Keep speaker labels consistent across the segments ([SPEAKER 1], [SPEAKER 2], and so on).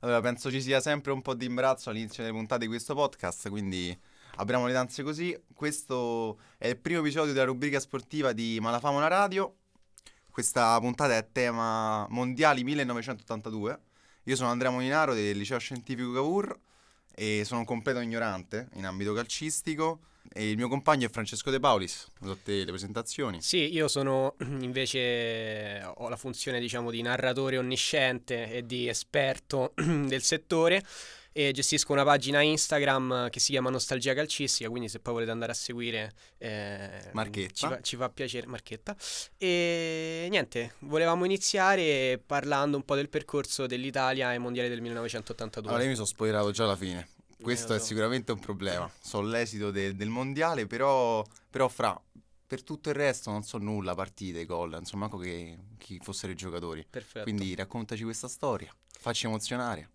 [SPEAKER 1] Allora, penso ci sia sempre un po' di imbarazzo all'inizio delle puntate di questo podcast, quindi apriamo le danze così. Questo è il primo episodio della rubrica sportiva di Malafama una radio. Questa puntata è a tema Mondiali 1982. Io sono Andrea Molinaro del liceo scientifico Cavour e sono un completo ignorante in ambito calcistico e il mio compagno è Francesco De Paulis, tutte le presentazioni.
[SPEAKER 2] Sì, io sono invece ho la funzione diciamo di narratore onnisciente e di esperto del settore e gestisco una pagina Instagram che si chiama Nostalgia Calcistica, quindi se poi volete andare a seguire eh,
[SPEAKER 1] Marchetta.
[SPEAKER 2] Ci, fa, ci fa piacere Marchetta. E niente, volevamo iniziare parlando un po' del percorso dell'Italia ai mondiali del 1982.
[SPEAKER 1] Allora io mi sono spoilerato già alla fine, questo
[SPEAKER 2] Eh, lo
[SPEAKER 1] è
[SPEAKER 2] so.
[SPEAKER 1] sicuramente un problema. So l'esito de- del mondiale, però, però fra per tutto il resto non so nulla, partite, gol, insomma, manco che chi fossero i giocatori.
[SPEAKER 2] Perfetto.
[SPEAKER 1] Quindi raccontaci questa storia, facci emozionare.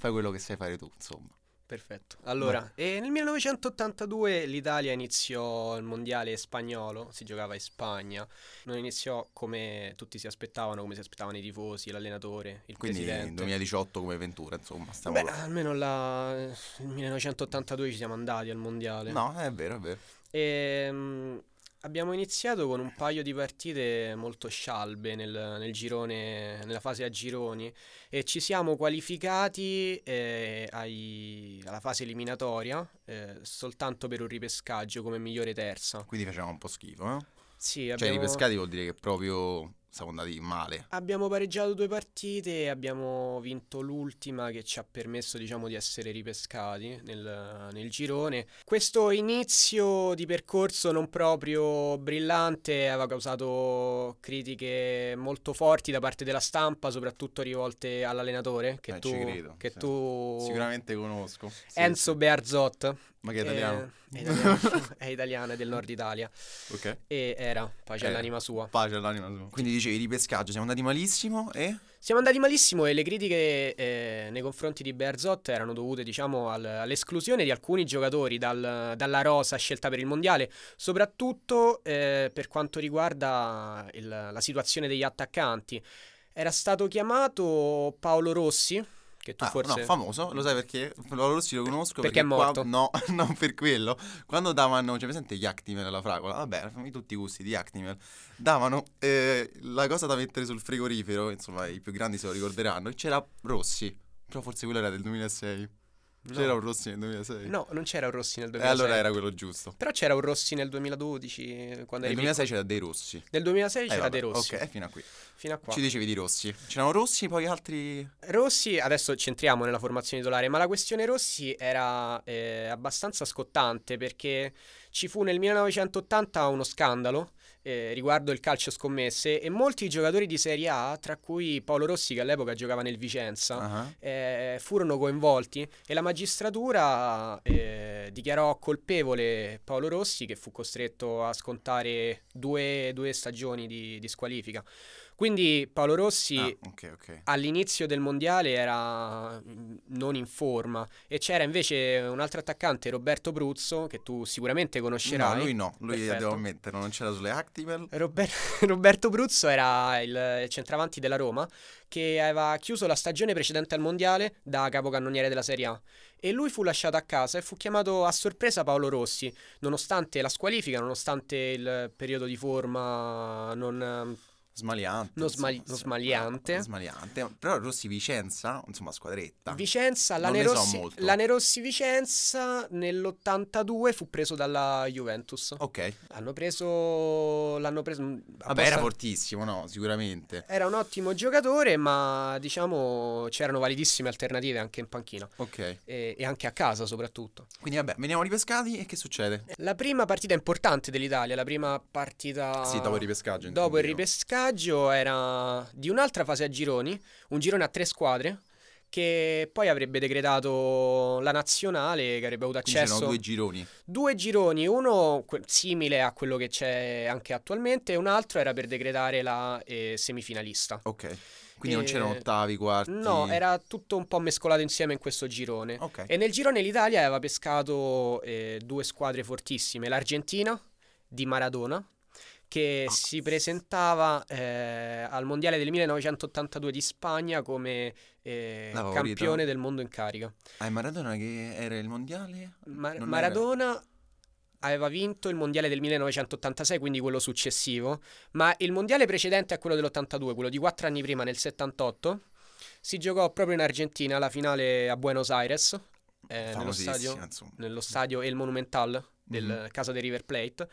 [SPEAKER 1] Fai quello che sai fare tu, insomma.
[SPEAKER 2] Perfetto. Allora, eh, nel 1982 l'Italia iniziò il mondiale spagnolo, si giocava in Spagna, non iniziò come tutti si aspettavano, come si aspettavano i tifosi, l'allenatore, il
[SPEAKER 1] Quindi
[SPEAKER 2] presidente.
[SPEAKER 1] 2018 come Ventura, insomma, stiamo
[SPEAKER 2] Beh,
[SPEAKER 1] là.
[SPEAKER 2] almeno la... nel 1982 ci siamo andati al mondiale.
[SPEAKER 1] No, è vero, è vero.
[SPEAKER 2] Ehm, abbiamo iniziato con un paio di partite molto scialbe nel, nel girone, nella fase a gironi e ci siamo qualificati eh, ai- alla fase eliminatoria eh, soltanto per un ripescaggio come migliore terza.
[SPEAKER 1] Quindi facevamo un po' schifo, eh?
[SPEAKER 2] Sì,
[SPEAKER 1] Cioè, i
[SPEAKER 2] abbiamo-
[SPEAKER 1] ripescati vuol dire che proprio siamo andati male.
[SPEAKER 2] Abbiamo pareggiato due partite e abbiamo vinto l'ultima che ci ha permesso, diciamo, di essere ripescati nel, nel girone. Questo inizio di percorso non proprio brillante aveva causato critiche molto forti da parte della stampa, soprattutto rivolte all'allenatore, che
[SPEAKER 1] Eh,
[SPEAKER 2] tu,
[SPEAKER 1] ci credo,
[SPEAKER 2] che
[SPEAKER 1] sì.
[SPEAKER 2] tu-
[SPEAKER 1] Sicuramente conosco. Sì,
[SPEAKER 2] Oh. Enzo
[SPEAKER 1] sì.
[SPEAKER 2] Bearzot, eh,
[SPEAKER 1] Ma che è italiano?
[SPEAKER 2] è italiano, è italiano, è del nord Italia,
[SPEAKER 1] ok.
[SPEAKER 2] e era, pace
[SPEAKER 1] Eh.
[SPEAKER 2] all'anima sua.
[SPEAKER 1] Pace all'anima sua. Quindi dicevi ripescaggio, siamo andati malissimo e...
[SPEAKER 2] Siamo andati malissimo e le critiche eh, nei confronti di Berzot erano dovute, diciamo, al- all'esclusione di alcuni giocatori dal- dalla rosa scelta per il mondiale, soprattutto eh, per quanto riguarda il- la situazione degli attaccanti. Era stato chiamato Paolo Rossi, che tu
[SPEAKER 1] Ah,
[SPEAKER 2] forse
[SPEAKER 1] no, famoso, lo sai perché? Paolo Rossi lo conosco perché,
[SPEAKER 2] Perché è morto.
[SPEAKER 1] Qua, no, non per quello. Quando davano, cioè presente gli Actimel alla fragola? Vabbè, fammi tutti i gusti di Actimel. Davano eh, la cosa da mettere sul frigorifero, insomma i più grandi se lo ricorderanno, e c'era Rossi, però forse quello era del 2006.
[SPEAKER 2] No.
[SPEAKER 1] C'era un Rossi nel 2006.
[SPEAKER 2] No, non c'era un Rossi nel
[SPEAKER 1] E
[SPEAKER 2] 2006.
[SPEAKER 1] Eh, allora era quello giusto.
[SPEAKER 2] Però c'era un Rossi nel 2012, eh, quando
[SPEAKER 1] Nel
[SPEAKER 2] eri
[SPEAKER 1] 2006 c'era dei Rossi.
[SPEAKER 2] piccolo. Nel 2006
[SPEAKER 1] Eh,
[SPEAKER 2] c'era
[SPEAKER 1] vabbè,
[SPEAKER 2] De Rossi,
[SPEAKER 1] Ok, fino a qui.
[SPEAKER 2] fino a qua.
[SPEAKER 1] Ci dicevi di Rossi. C'erano Rossi, poi altri...
[SPEAKER 2] Rossi, adesso centriamo nella formazione titolare, ma la questione Rossi era eh, abbastanza scottante perché ci fu nel 1980 uno scandalo eh, riguardo il calcio scommesse e molti giocatori di Serie A, tra cui Paolo Rossi che all'epoca giocava nel Vicenza,
[SPEAKER 1] Ah.
[SPEAKER 2] eh, furono coinvolti e la magistratura eh, dichiarò colpevole Paolo Rossi che fu costretto a scontare due, due stagioni di, di squalifica. Quindi Paolo Rossi
[SPEAKER 1] Ah, ok, ok.
[SPEAKER 2] all'inizio del mondiale era mh, non in forma e c'era invece un altro attaccante Roberto Bruzzo che tu sicuramente conoscerai.
[SPEAKER 1] No, lui no, lui
[SPEAKER 2] Perfetto.
[SPEAKER 1] devo ammettere, non c'era sulle Actimel.
[SPEAKER 2] Rober- Roberto Bruzzo era il centravanti della Roma che aveva chiuso la stagione precedente al mondiale da capocannoniere della Serie A e lui fu lasciato a casa e fu chiamato a sorpresa Paolo Rossi nonostante la squalifica, nonostante il periodo di forma non...
[SPEAKER 1] Smaliante.
[SPEAKER 2] Non
[SPEAKER 1] insomma,
[SPEAKER 2] smal- non
[SPEAKER 1] sì,
[SPEAKER 2] smaliante.
[SPEAKER 1] eh, smaliante. Però Rossi Vicenza, insomma, squadretta.
[SPEAKER 2] Vicenza,
[SPEAKER 1] Non
[SPEAKER 2] Lane
[SPEAKER 1] ne so
[SPEAKER 2] Rossi,
[SPEAKER 1] molto.
[SPEAKER 2] Lane Rossi Vicenza nell'82 fu preso dalla Juventus.
[SPEAKER 1] ok.
[SPEAKER 2] Hanno preso l'hanno preso mh,
[SPEAKER 1] Oh. Vabbè, era
[SPEAKER 2] apposta-
[SPEAKER 1] fortissimo, no, sicuramente.
[SPEAKER 2] era un ottimo giocatore, ma diciamo c'erano validissime alternative anche in panchina
[SPEAKER 1] Ok.
[SPEAKER 2] e, e anche a casa soprattutto.
[SPEAKER 1] Quindi vabbè, veniamo ripescati e che succede?
[SPEAKER 2] La prima partita importante dell'Italia, la prima partita
[SPEAKER 1] Sì, dopo il ripescaggio.
[SPEAKER 2] dopo il
[SPEAKER 1] intendevo.
[SPEAKER 2] ripescaggio era di un'altra fase a gironi, un girone a tre squadre che poi avrebbe decretato la nazionale che avrebbe avuto
[SPEAKER 1] Quindi
[SPEAKER 2] accesso
[SPEAKER 1] c'erano due gironi.
[SPEAKER 2] due gironi, uno que- simile a quello che c'è anche attualmente e un altro era per decretare la eh, semifinalista.
[SPEAKER 1] Ok. Quindi non
[SPEAKER 2] E-
[SPEAKER 1] c'erano ottavi, quarti.
[SPEAKER 2] Eh, No, era tutto un po' mescolato insieme in questo girone.
[SPEAKER 1] Ok.
[SPEAKER 2] E nel girone l'Italia aveva pescato eh, due squadre fortissime, l'Argentina di Maradona, che
[SPEAKER 1] Ah.
[SPEAKER 2] si presentava eh, al Mondiale del 1982 di Spagna come eh,
[SPEAKER 1] La favorita.
[SPEAKER 2] campione del mondo in carica.
[SPEAKER 1] Ah, è Maradona che era il mondiale?
[SPEAKER 2] Mar-
[SPEAKER 1] Non era-
[SPEAKER 2] Maradona aveva vinto il mondiale del 1986, quindi quello successivo, ma il mondiale precedente a quello dell'82, quello di quattro anni prima, nel 78, si giocò proprio in Argentina, la finale a Buenos Aires, eh, nello
[SPEAKER 1] Famosissima,
[SPEAKER 2] stadio,
[SPEAKER 1] insomma.
[SPEAKER 2] nello stadio El Monumental del
[SPEAKER 1] Mhm.
[SPEAKER 2] casa dei River Plate.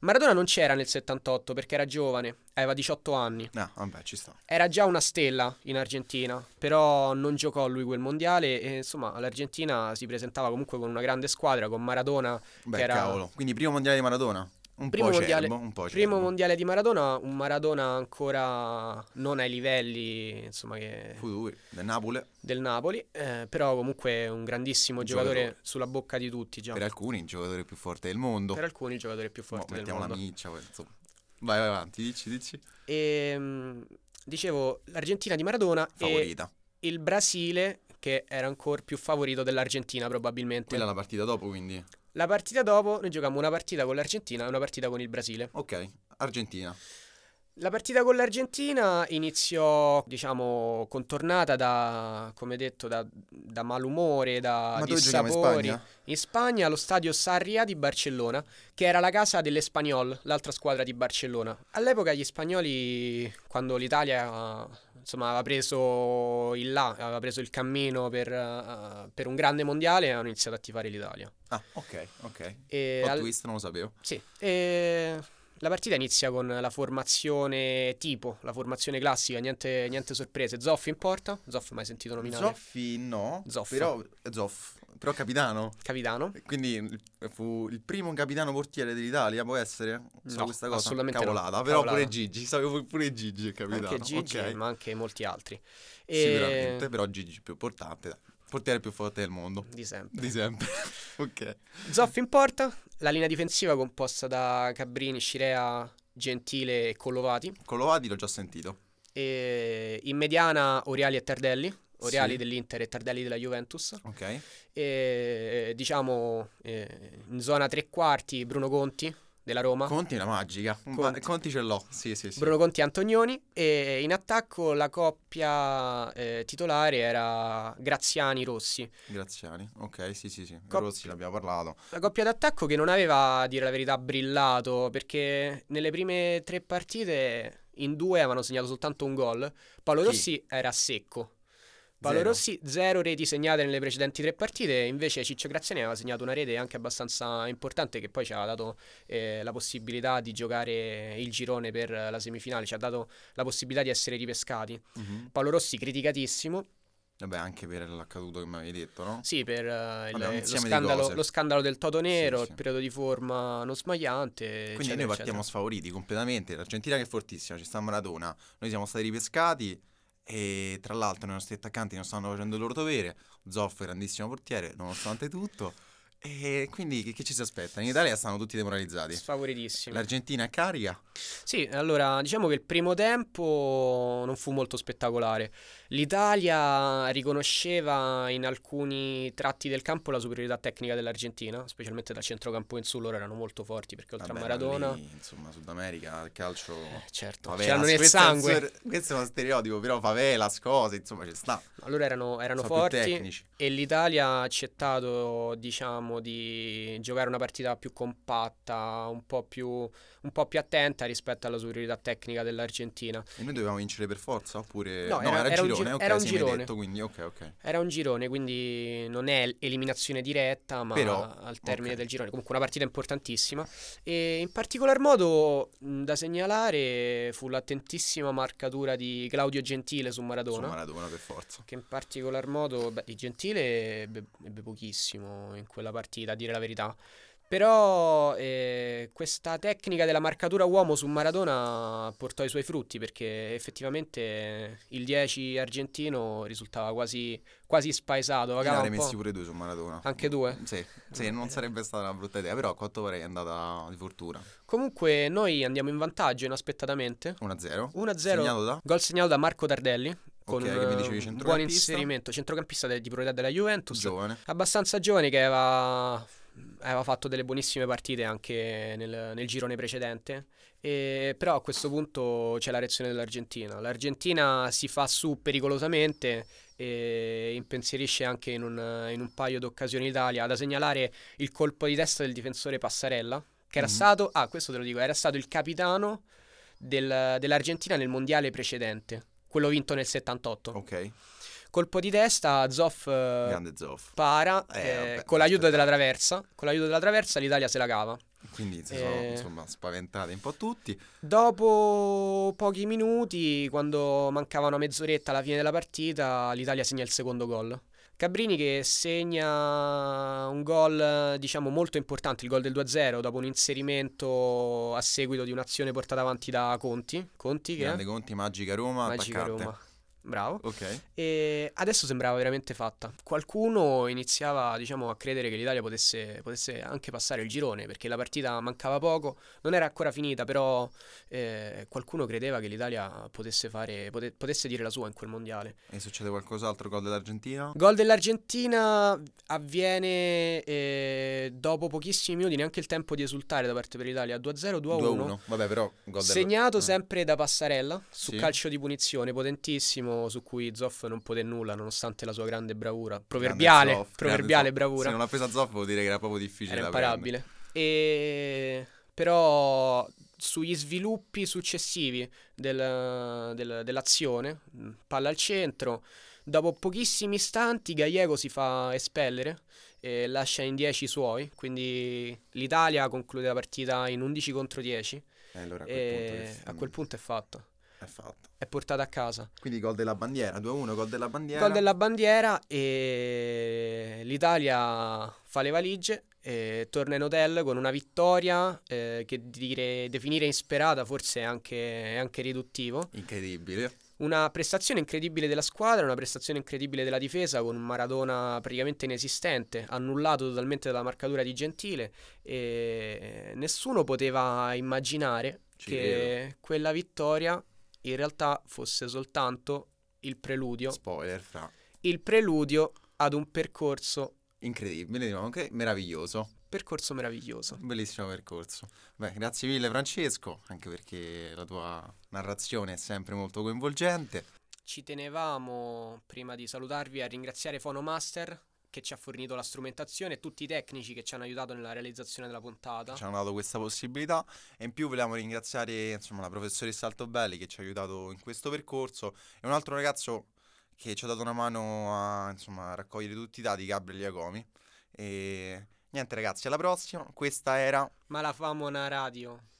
[SPEAKER 2] Maradona non c'era nel 78 perché era giovane, aveva 18 anni.
[SPEAKER 1] No, vabbè, ci sta.
[SPEAKER 2] Era già una stella in Argentina, però non giocò lui quel mondiale e insomma l'Argentina si presentava comunque con una grande squadra, con Maradona
[SPEAKER 1] Beh,
[SPEAKER 2] Che era-
[SPEAKER 1] cavolo. Quindi primo mondiale di Maradona? Un
[SPEAKER 2] Primo
[SPEAKER 1] po'
[SPEAKER 2] mondiale-
[SPEAKER 1] acerbo, un po'
[SPEAKER 2] Primo
[SPEAKER 1] acerbo.
[SPEAKER 2] mondiale di Maradona, un Maradona ancora non ai livelli insomma, che-
[SPEAKER 1] Fu lui, del Napoli,
[SPEAKER 2] del Napoli, eh, però comunque un grandissimo
[SPEAKER 1] Un
[SPEAKER 2] giocatore,
[SPEAKER 1] giocatore.
[SPEAKER 2] sulla bocca di tutti già.
[SPEAKER 1] per alcuni il giocatore più forte del mondo.
[SPEAKER 2] Per alcuni il giocatore più
[SPEAKER 1] Mo
[SPEAKER 2] forte del
[SPEAKER 1] mettiamo
[SPEAKER 2] mondo.
[SPEAKER 1] la miccia, poi, insomma. Vai, vai avanti, dici, dici.
[SPEAKER 2] E, mh, Ehm, dicevo, l'Argentina di Maradona
[SPEAKER 1] Favorita.
[SPEAKER 2] e il Brasile che era ancora più favorito dell'Argentina probabilmente.
[SPEAKER 1] Quella è la partita dopo, quindi.
[SPEAKER 2] La partita dopo noi giochiamo una partita con l'Argentina e una partita con il Brasile.
[SPEAKER 1] Ok, Argentina.
[SPEAKER 2] Ah, La partita con l'Argentina iniziò, diciamo, contornata da, come detto, da, da malumore, da
[SPEAKER 1] Ma dove giochiamo in
[SPEAKER 2] dissapori.
[SPEAKER 1] Spagna?
[SPEAKER 2] In Spagna, allo stadio Sarria di Barcellona, che era la casa dell'Espanyol, l'altra squadra di Barcellona. All'epoca gli spagnoli, quando l'Italia, insomma, aveva preso il là, aveva preso il cammino per, eh, per un grande mondiale, hanno iniziato a tifare l'Italia.
[SPEAKER 1] Ah, ok, ok.
[SPEAKER 2] E
[SPEAKER 1] Hot
[SPEAKER 2] al-
[SPEAKER 1] twist, non lo sapevo.
[SPEAKER 2] sì, e la partita inizia con la formazione tipo, la formazione classica, niente, niente sorprese. Zoff in porta, Zoff mai sentito nominare,
[SPEAKER 1] Zoffi no,
[SPEAKER 2] Zoff.
[SPEAKER 1] però eh, Zoff, però capitano.
[SPEAKER 2] capitano.
[SPEAKER 1] Quindi il- fu il primo capitano portiere dell'Italia, può essere? So
[SPEAKER 2] No,
[SPEAKER 1] questa cosa
[SPEAKER 2] assolutamente no.
[SPEAKER 1] cavolata, però
[SPEAKER 2] Cavolata.
[SPEAKER 1] pure Gigi, so che fu- pure Gigi è capitano.
[SPEAKER 2] Anche Gigi,
[SPEAKER 1] ok.
[SPEAKER 2] ma anche molti altri. E-
[SPEAKER 1] Sicuramente, però Gigi è più importante, dai. portiere più forte del mondo
[SPEAKER 2] Di sempre.
[SPEAKER 1] di sempre. ok.
[SPEAKER 2] Zoff in porta, la linea difensiva composta da Cabrini, Scirea, Gentile e Collovati.
[SPEAKER 1] Colovati l'ho già sentito.
[SPEAKER 2] E in mediana Oriali e Tardelli, Oriali
[SPEAKER 1] Sì.
[SPEAKER 2] dell'Inter e Tardelli della Juventus.
[SPEAKER 1] Ok.
[SPEAKER 2] E diciamo eh, in zona tre quarti Bruno Conti della Roma,
[SPEAKER 1] Conti è una magica. Un pa-
[SPEAKER 2] Conti.
[SPEAKER 1] Conti ce l'ho. Sì, sì, sì.
[SPEAKER 2] Bruno Conti e Antonioni e in attacco la coppia eh, titolare era Graziani Rossi.
[SPEAKER 1] Graziani. Ok, sì, sì, sì.
[SPEAKER 2] Cop-
[SPEAKER 1] Rossi l'abbiamo parlato.
[SPEAKER 2] La coppia d'attacco che non aveva, a dire la verità, brillato perché nelle prime tre partite in due avevano segnato soltanto un gol. Paolo
[SPEAKER 1] Chi?
[SPEAKER 2] Rossi era secco. Paolo
[SPEAKER 1] Zero.
[SPEAKER 2] Rossi zero reti segnate nelle precedenti tre partite, invece Ciccio Graziani aveva segnato una rete anche abbastanza importante che poi ci ha dato eh, la possibilità di giocare il girone per eh, la semifinale, ci ha dato la possibilità di essere ripescati.
[SPEAKER 1] Mhm.
[SPEAKER 2] Paolo Rossi criticatissimo,
[SPEAKER 1] Vabbè, anche per l'accaduto che mi avevi detto, no?
[SPEAKER 2] sì, per eh,
[SPEAKER 1] Vabbè,
[SPEAKER 2] il-
[SPEAKER 1] un
[SPEAKER 2] lo,
[SPEAKER 1] insieme di
[SPEAKER 2] scandalo,
[SPEAKER 1] cose.
[SPEAKER 2] lo scandalo del Toto Nero,
[SPEAKER 1] Sì, sì.
[SPEAKER 2] il periodo di forma non smagliante.
[SPEAKER 1] Quindi
[SPEAKER 2] eccetera,
[SPEAKER 1] noi
[SPEAKER 2] eccetera.
[SPEAKER 1] partiamo sfavoriti completamente. L'Argentina che è fortissima, ci sta Maradona. Noi siamo stati ripescati. E tra l'altro i nostri attaccanti non stanno facendo il loro dovere. Zoff, grandissimo portiere, nonostante tutto. E quindi che, che ci si aspetta? In Italia stanno tutti demoralizzati.
[SPEAKER 2] Sfavoritissimo.
[SPEAKER 1] L'Argentina è carica.
[SPEAKER 2] Sì, allora diciamo che il primo tempo non fu molto spettacolare. L'Italia riconosceva in alcuni tratti del campo la superiorità tecnica dell'Argentina, specialmente dal centrocampo in su, loro erano molto forti perché oltre
[SPEAKER 1] Vabbè,
[SPEAKER 2] a Maradona,
[SPEAKER 1] lì, insomma, Sud America, il calcio...
[SPEAKER 2] eh, certo,
[SPEAKER 1] Favelas,
[SPEAKER 2] c'erano nel
[SPEAKER 1] questo è un
[SPEAKER 2] sangue.
[SPEAKER 1] ser- questo è uno stereotipo, però favelas, cose, insomma, ci sta.
[SPEAKER 2] Allora erano, erano
[SPEAKER 1] Sono più
[SPEAKER 2] forti
[SPEAKER 1] tecnici.
[SPEAKER 2] e l'Italia ha accettato, diciamo, di giocare una partita più compatta, un po' più, un po' più attenta rispetto alla superiorità tecnica dell'Argentina.
[SPEAKER 1] E noi dovevamo vincere per forza, oppure...
[SPEAKER 2] No, era-
[SPEAKER 1] il
[SPEAKER 2] era
[SPEAKER 1] girone,
[SPEAKER 2] un giro-
[SPEAKER 1] ok,
[SPEAKER 2] era un
[SPEAKER 1] sì, mi hai
[SPEAKER 2] girone.
[SPEAKER 1] detto, quindi, ok, ok.
[SPEAKER 2] Era un girone, quindi non è eliminazione diretta, ma
[SPEAKER 1] Però,
[SPEAKER 2] al termine
[SPEAKER 1] ok.
[SPEAKER 2] del girone. Comunque una partita importantissima. E in particolar modo mh, da segnalare fu l'attentissima marcatura di Claudio Gentile su
[SPEAKER 1] Su
[SPEAKER 2] Maradona.
[SPEAKER 1] Maradona per forza.
[SPEAKER 2] Che in particolar modo, beh, di Gentile ebbe, ebbe pochissimo in quella partita, a dire la verità. Però eh, questa tecnica della marcatura uomo su Maradona portò i suoi frutti perché effettivamente il 10 argentino risultava quasi, quasi spaesato.
[SPEAKER 1] Io ne
[SPEAKER 2] vagava
[SPEAKER 1] avrei
[SPEAKER 2] un po'.
[SPEAKER 1] messi pure due su Maradona.
[SPEAKER 2] Anche due? Eh.
[SPEAKER 1] Sì, sì, non sarebbe stata una brutta idea, però a quanto pare è andata di fortuna.
[SPEAKER 2] Comunque noi andiamo in vantaggio inaspettatamente.
[SPEAKER 1] 1-0.
[SPEAKER 2] 1-0.
[SPEAKER 1] Segnato da...
[SPEAKER 2] Gol segnato da Marco Tardelli con
[SPEAKER 1] Ok,
[SPEAKER 2] un
[SPEAKER 1] che mi
[SPEAKER 2] eh,
[SPEAKER 1] dicevi
[SPEAKER 2] buon
[SPEAKER 1] centrocampista?
[SPEAKER 2] inserimento, centrocampista de- di proprietà della Juventus.
[SPEAKER 1] Giovane.
[SPEAKER 2] abbastanza giovane che aveva aveva fatto delle buonissime partite anche nel, nel girone precedente, e- però a questo punto c'è la reazione dell'Argentina. L'Argentina si fa su pericolosamente e impensierisce anche in un, in un paio di occasioni l'Italia, da segnalare il colpo di testa del difensore Passarella, che era
[SPEAKER 1] Mhm.
[SPEAKER 2] stato, ah questo te lo dico, era stato il capitano del- dell'Argentina nel mondiale precedente, quello vinto nel 78.
[SPEAKER 1] Ok,
[SPEAKER 2] Colpo di testa, Zoff eh,
[SPEAKER 1] Oh. grande Zoff.
[SPEAKER 2] para
[SPEAKER 1] Eh,
[SPEAKER 2] eh,
[SPEAKER 1] vabbè,
[SPEAKER 2] con l'aiuto
[SPEAKER 1] aspetta.
[SPEAKER 2] della traversa. Con l'aiuto della traversa l'Italia se la cava.
[SPEAKER 1] Quindi si sono
[SPEAKER 2] Eh.
[SPEAKER 1] insomma spaventati un po' tutti.
[SPEAKER 2] Dopo pochi minuti, quando mancava una mezz'oretta alla fine della partita, l'Italia segna il secondo gol. Cabrini che segna un gol, eh, diciamo, molto importante, il gol del 2-0, dopo un inserimento a seguito di un'azione portata avanti da Conti. Conti che
[SPEAKER 1] Grande
[SPEAKER 2] è
[SPEAKER 1] Conti, Magica Roma,
[SPEAKER 2] eh. Magica
[SPEAKER 1] attaccante.
[SPEAKER 2] Roma. Bravo.
[SPEAKER 1] Ok.
[SPEAKER 2] E adesso sembrava veramente fatta. Qualcuno iniziava, diciamo, a credere che l'Italia potesse, potesse anche passare il girone perché la partita mancava poco, non era ancora finita, però eh, qualcuno credeva che l'Italia potesse, fare, pote- potesse dire la sua in quel mondiale.
[SPEAKER 1] E succede qualcos'altro gol dell'Argentina?
[SPEAKER 2] Gol dell'Argentina avviene eh, dopo pochissimi minuti, neanche il tempo di esultare da parte per l'Italia, 2-0, 2-1.
[SPEAKER 1] 2-1. Vabbè, però gol del-
[SPEAKER 2] Segnato
[SPEAKER 1] eh.
[SPEAKER 2] sempre da Passarella su
[SPEAKER 1] Sì.
[SPEAKER 2] calcio di punizione potentissimo su cui Zoff non poté nulla nonostante la sua grande bravura, proverbiale,
[SPEAKER 1] Grande Zoff,
[SPEAKER 2] proverbiale
[SPEAKER 1] grande Zoff.
[SPEAKER 2] bravura,
[SPEAKER 1] Se non ha preso Zoff vuol dire che era proprio difficile
[SPEAKER 2] era
[SPEAKER 1] da prendere.
[SPEAKER 2] imparabile. E però sugli sviluppi successivi del- del- dell'azione, mh, palla al centro, dopo pochissimi istanti Gallego si fa espellere e lascia in 10 i suoi, quindi l'Italia conclude la partita in 11 contro 10
[SPEAKER 1] E Eh, allora a quel
[SPEAKER 2] e
[SPEAKER 1] punto che-
[SPEAKER 2] Eh, a quel punto è fatta
[SPEAKER 1] è fatto.
[SPEAKER 2] è portata a casa.
[SPEAKER 1] Quindi gol della bandiera, 2-1, gol della bandiera.
[SPEAKER 2] Gol della bandiera e l'Italia fa le valigie e torna in hotel con una vittoria eh, che dire, definire insperata forse è anche, è anche riduttivo.
[SPEAKER 1] Incredibile.
[SPEAKER 2] Una prestazione incredibile della squadra, una prestazione incredibile della difesa con un Maradona praticamente inesistente, annullato totalmente dalla marcatura di Gentile e nessuno poteva immaginare
[SPEAKER 1] Ci
[SPEAKER 2] che quella vittoria in realtà fosse soltanto il preludio
[SPEAKER 1] Spoiler, fra.
[SPEAKER 2] il preludio ad un percorso,
[SPEAKER 1] Incredibile, diciamo anche meraviglioso.
[SPEAKER 2] percorso meraviglioso.
[SPEAKER 1] Bellissimo percorso. Beh, grazie mille Francesco, anche perché la tua narrazione è sempre molto coinvolgente.
[SPEAKER 2] Ci tenevamo, prima di salutarvi, a ringraziare Phonomaster che ci ha fornito la strumentazione e tutti i tecnici che ci hanno aiutato nella realizzazione della puntata.
[SPEAKER 1] Ci hanno dato questa possibilità e in più vogliamo ringraziare insomma, la professoressa Altobelli che ci ha aiutato in questo percorso e un altro ragazzo che ci ha dato una mano a, insomma, a raccogliere tutti i dati, Gabriel Iacomi. E niente ragazzi, alla prossima. Questa era
[SPEAKER 2] Ma la famo una radio.